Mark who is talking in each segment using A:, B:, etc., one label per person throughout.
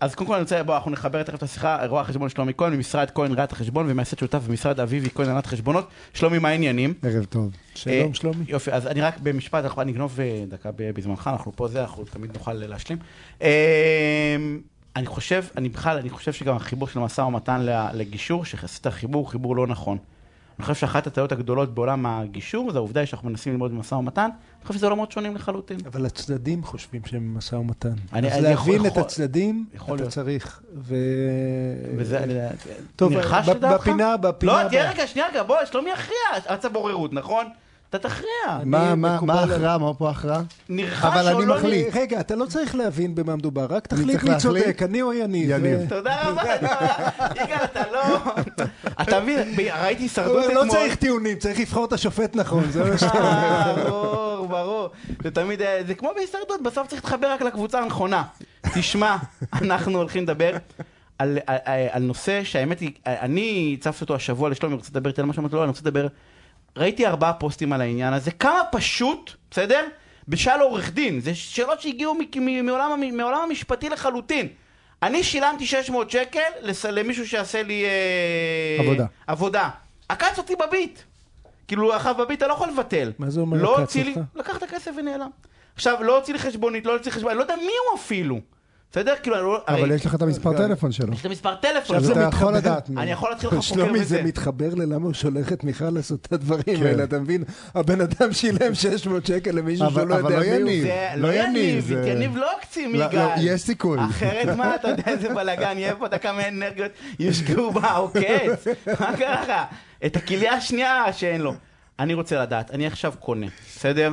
A: אז קודם כל אני רוצה, בוא, אנחנו נחבר תכף את השיחה, רואה החשבון שלומי כהן ממשרד כהן ראיית החשבון ומייסד שותף במשרד אביבי כהן הנהלת חשבונות. שלומי, מה העניינים?
B: ערב טוב.
A: אה,
B: שלום, שלומי.
A: יופי, אז אני רק במשפט, אנחנו נגנוב אה, דקה ב- בזמנך, אנחנו פה זה, אנחנו תמיד נוכל להשלים. אה, אני חושב, אני בכלל, אני חושב שגם החיבור של המשא ומתן ל- לגישור, שעשית חיבור, הוא חיבור לא נכון. אני חושב שאחת הטעויות הגדולות בעולם הגישור, זה העובדה שאנחנו מנסים ללמוד במשא ומתן, אני חושב שזה עולמות שונים לחלוטין.
C: אבל הצדדים חושבים שהם במשא ומתן.
A: אני-
C: אז
A: אני יכול-
C: להבין את
A: יכול-
C: הצדדים,
A: יכול
C: אתה
A: להיות.
C: צריך. ו...
B: אה,
A: וזה, אני-
C: טוב,
A: נרכש
C: ב-
A: לדעתך?
C: בפינה- בפינה
A: לא,
C: הבאה.
A: תהיה רגע, שנייה רגע, בוא, שלומי יכריע. רצה בוררות, נכון? אתה תכריע.
B: מה, מה,
C: מקובל
B: מה
C: על-
B: ההכרעה? מה פה ההכרעה?
A: נרכש
B: אבל
A: או
B: אני
A: לא
B: מחליט.
C: רגע, אתה לא צריך להבין במה מדובר, רק תחליט
B: צריך
C: מי
B: להחליט?
C: צודק, אני או יניב. אה,
B: יניב.
C: ו-
A: תודה רבה, יגאל, אתה לא... אתה מבין, ב- ראיתי הישרדות
C: לא
A: אתמול.
C: צריך טיעונים, צריך לבחור את השופט נכון, זה מה ש...
A: אה, ברור, ברור. זה תמיד, אה, זה כמו בהישרדות, בסוף צריך להתחבר רק לקבוצה הנכונה. תשמע, אנחנו הולכים לדבר על, על, על, על נושא שהאמת היא, אה, אני הצפתי אותו השבוע לשלומי, רוצה לדבר איתי על משהו, אמרתי לו, לא, אני רוצה לדבר. ראיתי ארבעה פוסטים על העניין הזה, כמה פשוט, בסדר? בשאל עורך דין, זה שאלות שהגיעו מ- מ- מעולם, המ- מעולם המשפטי לחלוטין. אני שילמתי 600 שקל לס- למישהו שיעשה לי... אה,
B: עבודה.
A: עבודה. עקץ אותי בביט. כאילו, אחריו בביט אתה לא יכול לבטל.
C: מה זה אומר
A: לא
C: עקץ
A: הוציא לי,
C: אותך?
A: לקח את הכסף ונעלם. עכשיו, לא הוציא לי חשבונית, לא הוציא לי חשבונית, אני לא יודע מי הוא אפילו. בסדר? כאילו, אני לא...
B: אבל
A: הרי-
B: יש לך את
C: כן.
B: המספר טלפון שלו.
A: יש את המספר טלפון.
B: אז
C: זה
B: אתה יכול
C: מתחבר.
B: לדעת מי.
A: אני יכול להתחיל לך חוקר
C: שלומי,
A: וזה.
C: זה מתחבר ללמה הוא שולח את מיכל לעשות את הדברים
B: כן.
C: האלה, אתה מבין? הבן אדם שילם 600 שקל למישהו
B: אבל-
C: שהוא לא
B: אבל
C: יודע
B: לא
C: מי הוא.
B: יניב.
A: זה
B: לא
A: לא יניב,
B: יניב, זה-
A: יניב לא קצין
B: לא,
A: יגאל.
B: לא, יש סיכוי.
A: אחרת מה, אתה יודע איזה בלאגן יהיה פה, אתה כמה אנרגיות יושקעו בעוקץ. מה קרה לך? את הכליה השנייה שאין לו. אני רוצה לדעת, אני עכשיו קונה, בסדר?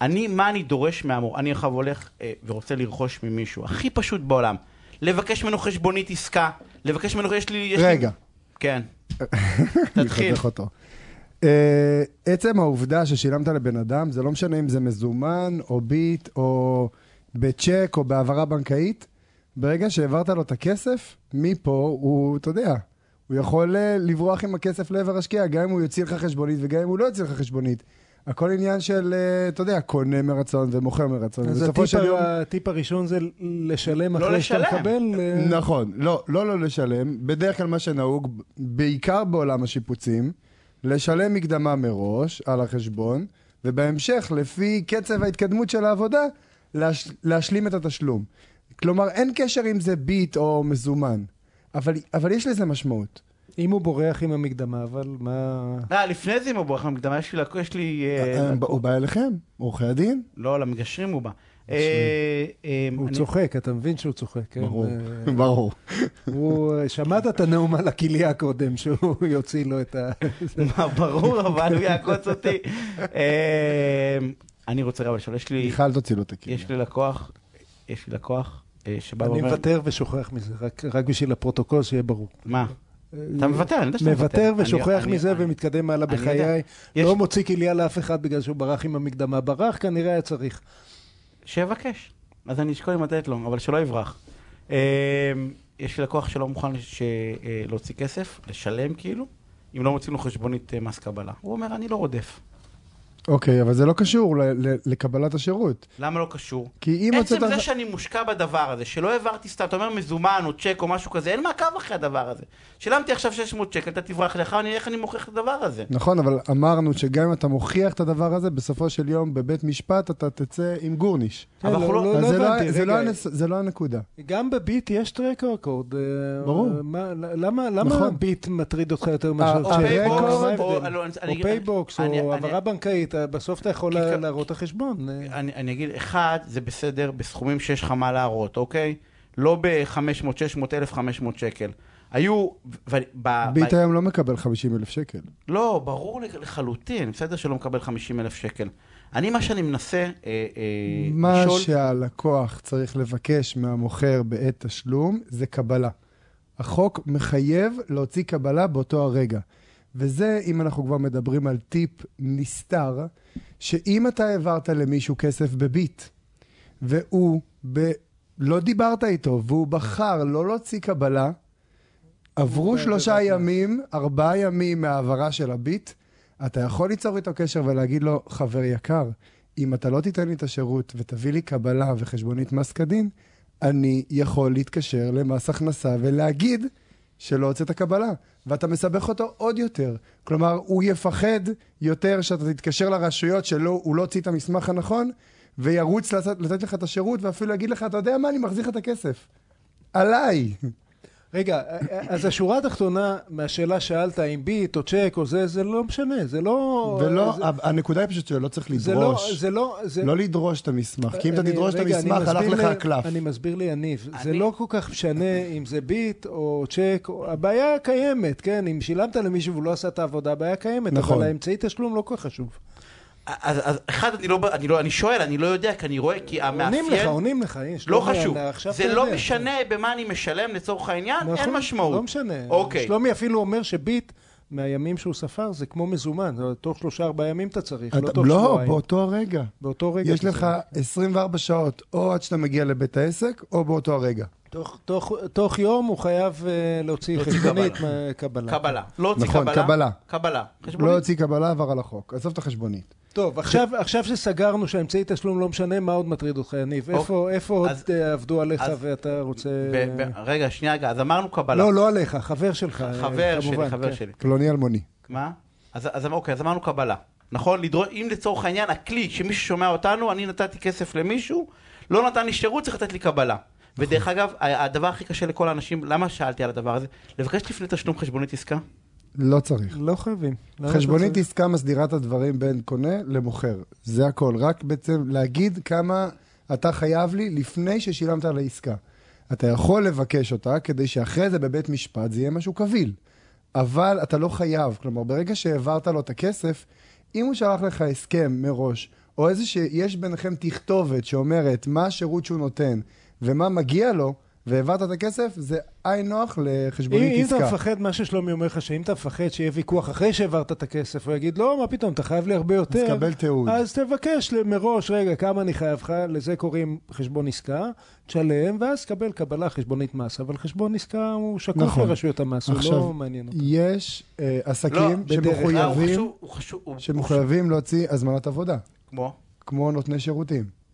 A: אני, מה אני דורש מהמור? אני עכשיו הולך אה, ורוצה לרכוש ממישהו, הכי פשוט בעולם. לבקש ממנו חשבונית עסקה, לבקש ממנו, יש לי... יש לי-
B: רגע.
A: כן.
B: אני
C: כן.
A: תתחיל.
B: אחתך אותו. אה, עצם העובדה ששילמת לבן אדם, זה לא משנה אם זה מזומן, או ביט, או בצ'ק, או בהעברה בנקאית, ברגע שהעברת לו את הכסף, מפה הוא, אתה יודע, הוא יכול אה, לברוח עם הכסף לעבר השקיעה, גם אם הוא יוציא לך חשבונית וגם אם הוא לא יוציא לך חשבונית. הכל עניין של, אה, אתה יודע, קונה מרצון ומוכר מרצון.
C: אז
B: ובסופו
C: הטיפ
B: של יום-
C: ה- הטיפ הראשון זה לשלם
A: לא
C: אחרי שאתה
A: לשלם.
C: מקבל. אה,
B: נכון, לא, לא לא לשלם. בדרך כלל מה שנהוג, בעיקר בעולם השיפוצים, לשלם מקדמה מראש על החשבון, ובהמשך, לפי קצב ההתקדמות של העבודה, להש... להשלים את התשלום. כלומר, אין קשר אם זה ביט או מזומן, אבל, אבל יש לזה משמעות.
C: אם הוא בורח עם המקדמה, אבל מה...
A: אה, לפני זה עם הבורח המקדמה, יש לי... לקוח- יש לי אה,
B: אה, הוא בא אליכם, עורכי הדין?
A: לא, למגשרים הוא בא. אה, אה,
C: הוא
A: אני-
C: צוחק, אתה מבין שהוא צוחק, כן?
B: ברור,
C: אה,
B: ברור.
C: הוא, אה, שמעת את הנאום על הכליה קודם, שהוא יוציא לו את ה...
A: מה, ברור, אבל הוא יעקוץ אותי. אה, אני רוצה רגע לשאול, יש לי-
B: מיכל תוציא לו את הכיוון.
A: אה, יש לי לקוח, יש לי לקוח אה, שבא
C: אני
A: ואומר...
C: מוותר ושוכח מזה, רק- רק בשביל הפרוטוקול, שיהיה ברור.
A: מה? אתה מוותר, אני יודע שאתה מוותר.
C: מוותר
A: אני-
C: ושוכח
A: אני-
C: מזה
A: אני-
C: ומתקדם הלאה
A: אני יודע.
C: בחיי.
A: יש-
C: לא מוציא כליה לאף אחד בגלל שהוא ברח עם המקדמה. ברח, כנראה היה צריך.
A: שיבקש. אז אני אשקול אם לתת לו, אבל שלא יברח. אה, יש לי לקוח שלא מוכן ש- אה, להוציא כסף, לשלם כאילו, אם לא מוצאים לו חשבונית אה, מס קבלה. הוא אומר, אני לא רודף.
B: אוקיי, אבל זה לא קשור ל- ל- לקבלת השירות.
A: למה לא קשור?
B: כי אם
A: עצם
B: הוצאת-
A: זה שאני מושקע בדבר הזה, שלא העברתי סתם, אתה אומר מזומן או צ'ק או משהו כזה, אין מעקב אחרי הדבר הזה. שילמתי עכשיו 600 שקל, אתה תברח לך, אני איך אני מוכיח את הדבר הזה?
B: נכון, אבל אמרנו שגם אם אתה מוכיח את הדבר הזה, בסופו של יום בבית משפט אתה תצא עם גורניש.
C: כן,
A: אבל אנחנו לא-
B: אז זה לא-
C: הבנתי,
B: זה
C: רגע.
B: לא הנס- זה לא הנקודה.
A: אה,
C: גם בביט יש טרק רקורד. אה,
B: ברור.
C: אה, מה- למה למה
B: נכון.
C: ביט מטריד אותך יותר
B: אה,
C: מאשר
B: או
C: צ'ק?
B: פייבוקס,
C: מה
B: או-
C: ההבדל?
A: לא, אני- אני-
C: או פייבוקס,
A: אני-
C: או
A: אני-
C: העברה בנקאית, אה, בסוף אתה יכול לה-
A: כי-
C: להראות את החשבון. אה.
A: אני, אני אגיד, אחד, זה בסדר בסכומים שיש לך מה להראות, אוקיי? לא ב-500, 600, 1,500 שקל. היו... ו- ב-
B: ביט
A: ב-
B: היום לא מקבל 50 אלף שקל.
A: לא, ברור לג- לחלוטין, בסדר שלא מקבל 50 אלף שקל. אני, מה שאני מנסה אה, אה,
B: מה
A: לשאול...
B: שהלקוח צריך לבקש מהמוכר בעת תשלום זה קבלה. החוק מחייב להוציא קבלה באותו הרגע. וזה, אם אנחנו כבר מדברים על טיפ נסתר, שאם אתה העברת למישהו כסף בביט, והוא, ב... לא דיברת איתו, והוא בחר לא להוציא קבלה, עברו שלושה ימים, ארבעה ימים מההעברה של הביט, אתה יכול ליצור איתו קשר ולהגיד לו, חבר יקר, אם אתה לא תיתן לי את השירות ותביא לי קבלה וחשבונית מס כדין, אני יכול להתקשר למס הכנסה ולהגיד שלא הוצאת קבלה, ואתה מסבך אותו עוד יותר. כלומר, הוא יפחד יותר שאתה תתקשר לרשויות שהוא לא הוציא את המסמך הנכון, וירוץ לתת, לתת לך את השירות, ואפילו יגיד לך, אתה יודע מה, אני מחזיר לך את הכסף. עליי.
C: רגע, אה, אז השורה התחתונה מהשאלה שאלת אם ביט או צ'ק או זה, זה לא משנה, זה לא...
B: ולא,
C: זה-
B: הנקודה היא פשוט שלא צריך
C: זה לא...
B: לדרוש.
C: זה לא... זה-
B: לא לדרוש את המסמך, כי אם אתה
C: אני-
B: תדרוש את
C: רגע, אני
B: המסמך, הלך
C: מסביר
B: לך
C: לי-
B: הקלף.
C: אני מסביר ליניב, זה
A: אני-
C: לא כל כך משנה אם זה ביט או צ'ק, או- הבעיה קיימת, כן? אם שילמת למישהו והוא לא עשה את העבודה, הבעיה קיימת,
B: נכון.
C: אבל האמצעי תשלום לא כל כך חשוב.
A: אז, אז אחד, אני, לא, אני, לא, אני שואל, אני לא יודע, כי אני רואה, כי המאפיין...
C: עונים לך, עונים לך, הנה,
A: לא
C: שלומי,
A: חשוב.
C: אני- עכשיו
A: זה
C: אתה
A: לא
C: יודע.
A: משנה במה אני משלם לצורך העניין, אין
C: נכון,
A: משמעות.
C: לא משנה.
A: אוקיי.
C: שלומי אפילו אומר שביט, מהימים שהוא ספר, זה כמו מזומן, זה תוך שלושה ארבעה ימים אתה צריך, לא
B: אתה-
C: תוך
B: לא,
C: שבועיים.
B: באותו הרגע.
C: באותו רגע.
B: יש
C: אתה
B: לך
C: צריך.
B: 24 שעות, או עד שאתה מגיע לבית העסק, או באותו הרגע.
C: תוך- תוך- תוך יום הוא חייב אה, להוציא
A: להוציא
C: חשבונית מהקבלה.
A: קבלה. לא הוציא
B: נכון, קבלה.
A: קבלה.
B: לא
A: חשבונית.
B: יוציא קבלה, עבר על החוק. עזוב את החשבונית.
C: טוב, עכשיו, עכשיו שסגרנו שהאמצעי תשלום לא משנה, מה עוד מטריד אותך, יניב?
A: אוקיי.
C: איפה, איפה
A: אז-
C: עוד אה, עבדו עליך
A: אז-
C: ואתה רוצה...
A: ב- ב- רגע, שנייה, רגע, אז אמרנו קבלה.
C: אה, לא, לא עליך, חבר שלך. אה,
A: חבר שלי,
C: כמובן,
A: חבר
C: כן.
A: שלי.
B: פלוני אלמוני.
A: מה? אז, אז אוקיי, אז אמרנו קבלה. נכון? לדרוש, אם לצורך העניין הכלי שמישהו שומע אותנו, אני נתתי כסף למישהו, לא נתן לי שירות, צריך לתת לי קבלה.
C: נכון.
A: ודרך אגב, ה- הדבר הכי קשה לכל האנשים, למה שאלתי על הדבר הזה? לבקש לפני תשלום חשבונית עסקה?
B: לא צריך.
C: לא חייבים. למה אתה
B: חשבונית
C: צריך?
B: עסקה מסדירה את הדברים בין קונה למוכר. זה הכל. רק בעצם להגיד כמה אתה חייב לי לפני ששילמת על העסקה. אתה יכול לבקש אותה כדי שאחרי זה בבית משפט זה יהיה משהו קביל. אבל אתה לא חייב. כלומר, ברגע שהעברת לו את הכסף, אם הוא שלח לך הסכם מראש, או איזה שיש ביניכם תכתובת שאומרת מה השירות שהוא נותן ומה מגיע לו, והעברת את הכסף, זה הייל נוח
C: אם,
B: לחשבונית
C: אם
B: עסקה.
C: אתה מפחד, מה ששלומי אומר לך, שאם אתה מפחד שיהיה ויכוח אחרי שהעברת את הכסף, הוא יגיד, לא, מה פתאום, אתה חייב לי הרבה יותר.
B: אז קבל תיעוד.
C: אז תבקש מראש, רגע, כמה אני חייב לך, לזה קוראים חשבון עסקה, תשלם, ואז קבל קבלה חשבונית מס. אבל חשבון עסקה הוא שקוף
B: נכון.
C: לרשויות המס, הוא
B: עכשיו,
C: לא מעניין אותך.
B: יש אה, עסקים
A: בדרך כלל. אה, הוא
B: שמחויבים,
A: חשוב, הוא חשוב, הוא- הוא
B: שמחויבים להוציא הזמנת עבודה,
A: חשוב. כמו?
B: כמו נותני שירותים.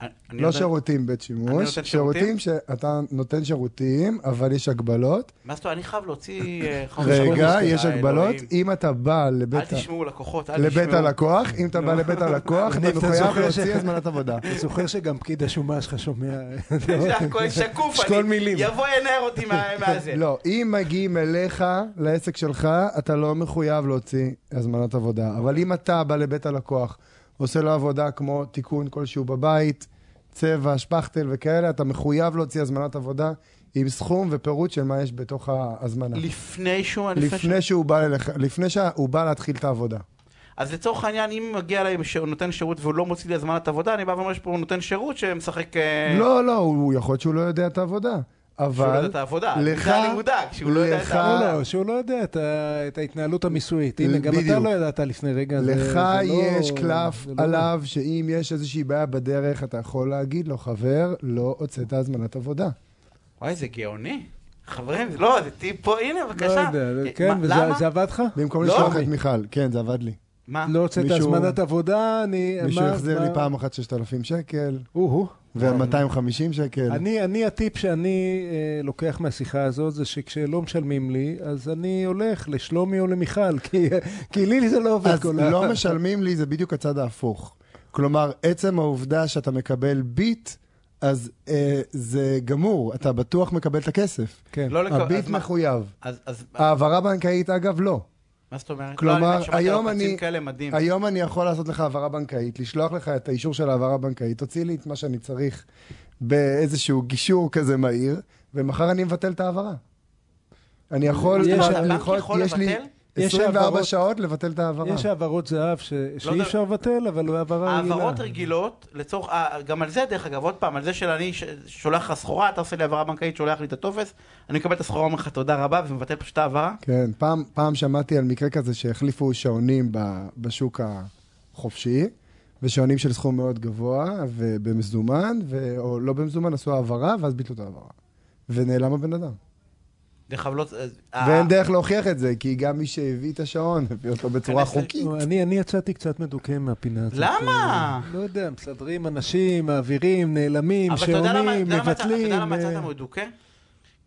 A: אני- אני
B: לא
A: יודע-
B: שירותים בית
A: אני
B: שימוש,
A: נותן שירותים?
B: שירותים שאתה נותן שירותים, אבל יש הגבלות.
A: מה זאת אומרת, אני חייב להוציא... אה, חשבון
B: רגע,
A: עסקי.
B: יש
A: אה,
B: הגבלות.
A: אלוהים.
B: אם אתה בא
A: אל
B: לבית ה-
A: תשמעו לקוחות, אל
B: לבית
A: תשמעו.
B: הלקוח, אם אתה בא לבית הלקוח,
C: אני
B: אתה
C: קצת
B: מחויב
C: זוכר ש-
B: להוציא הזמנת עבודה.
C: אני זוכר שגם פקיד השומה שלך שומע...
A: זה הכל שקוף,
C: שקול
A: אני-
C: מילים.
A: יבוא ינער אותי מה- מהזה.
B: לא, אם מגיעים אליך, לעסק שלך, אתה לא מחויב להוציא הזמנת עבודה. אבל אם אתה בא לבית הלקוח, עושה לו עבודה כמו תיקון כלשהו בבית, צבע, שפכטל וכאלה, אתה מחויב להוציא הזמנת עבודה עם סכום ופירוט של מה יש בתוך ההזמנה.
A: לפני שהוא...
B: לא. לפני שהוא בא אליך, לפני שהוא בא להתחיל את העבודה.
A: אז לצורך העניין, אם מגיע אליי ש- נותן שירות והוא לא מוציא לי הזמנת עבודה, אני בא ואומר, יש פה נותן שירות שמשחק... אה,
B: לא, לא, הוא יכול להיות שהוא לא יודע את העבודה.
A: שהוא לא יודע
B: אבל
A: את העבודה.
B: לך-
A: זה אני מודאג, שהוא לא יודע את
B: לך-
A: העבודה.
C: לא, לא, שהוא לא יודע את ה- את ההתנהלות המיסויית. הנה, גם אתה
B: בדיוק.
C: לא ידעת לפני רגע. זה-
B: לך
C: זה לא-
B: יש קלף
C: זה לא-
B: עליו שאם יש איזושהי בעיה בדרך, אתה יכול להגיד לו, חבר, לא הוצאת הזמנת עבודה.
A: וואי, זה גאוני. חברים, זה- לא, זה טיפ פה, הנה,
C: לא
A: בבקשה.
C: יודע,
A: אה,
C: כן,
A: מה-
C: וזה
A: למה?
C: זה עבד לך?
B: במקום
A: לא.
B: לשלוח את מיכל, כן, זה עבד לי.
A: מה?
C: לא הוצאת
B: מישהו-
C: הזמנת עבודה, אני...
B: מישהו
C: מה-
B: החזיר
C: מה-
B: לי פעם אחת 6,000 שקל,
C: או-הו.
B: וה-250 שקל.
C: אני, אני, הטיפ שאני אה, לוקח מהשיחה הזאת זה שכשלא משלמים לי, אז אני הולך לשלומי או למיכל, כי, כי לי זה לא עובד
B: אז
C: כל
B: לא משלמים לי, זה בדיוק הצד ההפוך. כלומר, עצם העובדה שאתה מקבל ביט, אז אה, זה גמור, אתה בטוח מקבל את הכסף.
C: כן.
A: לא לקו-
B: הביט
A: אז מה-
B: מחויב.
A: אז- אז
B: העברה בנקאית, אגב, לא.
A: מה זאת אומרת?
B: כלומר,
A: לא, אני שמעתי
B: היום
A: על לחצים
B: אני-
A: כאלה מדהים.
B: היום אני יכול לעשות לך העברה בנקאית, לשלוח לך את האישור של העברה בנקאית, תוציא לי את מה שאני צריך באיזשהו גישור כזה מהיר, ומחר אני מבטל את ההעברה. אני יכול,
C: יש-
B: אני
A: הבנק
B: יכול-
A: יכול
B: יש לי
A: לבטל?
C: יש
B: 24
C: העברות-
B: שעות לבטל את
A: לא
B: ההעברה.
C: יש העברות זהב ש... שאי
A: יודע-
C: אפשר לבטל, אבל הוא העברה רגילה.
A: לא העברות רגילות, לצורך, אה, גם על זה דרך אגב, עוד פעם, על זה שאני ש- שולח לך סחורה, אתה עושה לי העברה בנקאית, שולח לי את הטופס, אני מקבל את הסחורה, אומר לך תודה רבה, ומבטל פשוט את ההעברה.
B: כן, פעם, פעם שמעתי על מקרה כזה שהחליפו שעונים ב, בשוק החופשי, ושעונים של סכום מאוד גבוה, ובמזומן, ו, או לא במזומן, עשו העברה, ואז ביטלו את ההעברה. ונעלם הבן אדם.
A: דרך אגב, לא...
B: ואין דרך להוכיח את זה, כי גם מי שהביא את השעון, הביא אותו בצורה
A: כנס ל-
B: חוקית.
C: לא, אני, אני יצאתי קצת מדוכא מהפינה הזאת.
A: למה?
C: לא יודע, מסדרים אנשים, מעבירים, נעלמים,
A: אבל אתה יודע למה-
C: שעונים,
A: אתה יודע למה אתה- אתה
C: מבטלים.
A: יודע למה יצאת
C: אה,
A: מדוכא?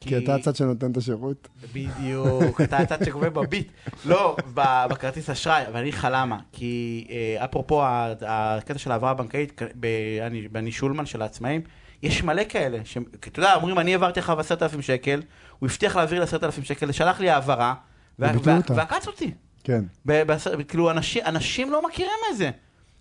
B: כי אתה הצד שנותן את השירות.
A: בדיוק, אתה הצד שגובה בביט. לא, ב- בכרטיס אשראי, אבל אני אגיד לך למה. כי אה, אפרופו ה- הקטע של ההעברה הבנקאית, כ- ב- אני- בני שולמן של העצמאים, יש מלא כאלה, ש- כי אתה יודע, אומרים, אני העברתי לך 10,000 שקל, הוא הבטיח להעביר לי 10,000 שקל, שלח לי העברה, וה-
B: וביטלו
A: וה-
B: אותה.
A: ועקץ אותי.
B: כן.
A: ב- בעשר- כאילו, אנשים- אנשים לא מכירים את זה.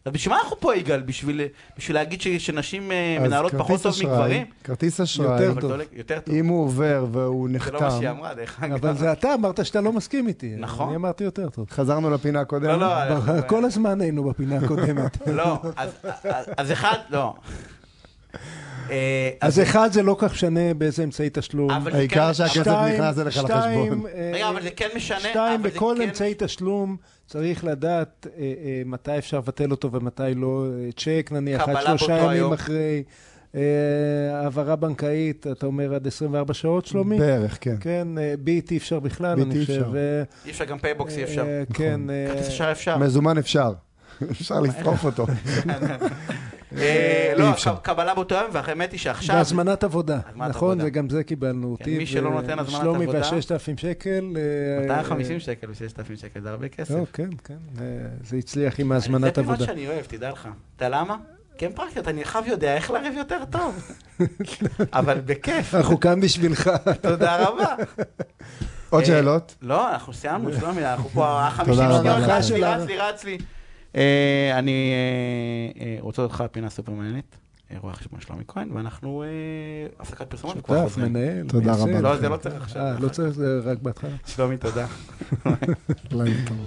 A: אז בשביל מה אנחנו פה, יגאל? בשביל בשביל להגיד ש- שנשים אה,
B: אז
A: מנהלות
B: כרטיס
A: פחות טוב
B: אשראי-
A: מגברים?
B: כרטיס אשראי,
C: יותר
A: אבל
C: טוב.
A: אתה עולה- יותר טוב.
B: אם הוא עובר והוא
A: זה לא מה שהיא
B: נחתם,
A: אמרה, דרך אגב.
C: אבל זה אתה אמרת שאתה לא מסכים איתי.
A: נכון.
C: אני אמרתי יותר טוב.
B: חזרנו לפינה הקודמת.
A: לא, לא, אנחנו-
C: כל הזמן היינו בפינה הקודמת.
A: לא, אז- אז- אז אחד, לא. אה,
C: אז אחד, זה לא כך משנה באיזה אמצעי תשלום.
A: אבל-
B: העיקר
A: אבל-
B: שהכסף
C: שתיים-
B: נכנס אליך
C: שתיים,
B: לחשבון.
C: אה,
A: רגע, אבל זה כן משנה.
C: שתיים,
A: אבל זה
C: בכל
A: כן-
C: אמצעי תשלום צריך לדעת אה, אה, מתי אפשר לבטל אותו ומתי לא. אה, צ'ק נניח, עד
A: קבלה
C: שלושה
A: באותו
C: ימים
A: היום.
C: אחרי. אה, העברה בנקאית, אתה אומר עד 24 שעות, שלומי?
B: בערך, כן.
C: כן, אה, ביט אי אפשר בכלל,
B: ביט
C: אני
B: אי
C: חושב.
B: אפשר. נכון.
C: אה,
A: אי אפשר גם פייבוקס אי
C: אה,
A: אפשר.
C: אה, כן, אה,
A: כרטיס אשראי אפשר.
B: מזומן אפשר. אפשר לשרוף אותו.
A: אה, לא,
B: אי אפשר.
A: ק- קבלה באותו יום, והאמת היא שעכשיו...
C: בהזמנת עבודה,
A: הזמנת
C: נכון?
A: עבודה. כן,
C: וגם זה קיבלנו אותי.
A: מי שלא נותן הזמנת
C: שלומי
A: עבודה-
C: וה-6,000 שקל. אה,
A: 250 שקל ו-6,000 שקל, זה הרבה כסף.
C: לא, כן, כן. אה, זה הצליח עם
A: זה
C: ההזמנת
A: פינות
C: עבודה.
A: שאני אוהב, תדע לך. אתה יודע למה? כי הם פרקטיות, אני חייב יודע איך לריב יותר טוב. אבל בכיף,
C: אנחנו כאן בשבילך.
A: תודה רבה.
B: עוד
A: אה,
B: שאלות?
A: לא, אנחנו סיימנו, שלומי, אנחנו פה,
B: תודה
A: החמישים
B: רבה
A: שניות,
B: לכם.
A: רץ לי, רץ לי, רץ לי. אה, אני אה, אה, רוצה אותך פינה סופר מעניינת, אה, רואה חשבון שלומי כהן, ואנחנו אה, הפסקת פרסומות וכבר
C: שותף,
A: חוזרים.
C: מנהל.
B: תודה
C: מייסד.
B: רבה.
A: לא, זה לא צריך עכשיו.
C: אה, לא צריך, זה רק בהתחלה.
A: שלומי, תודה.
B: לילה טוב.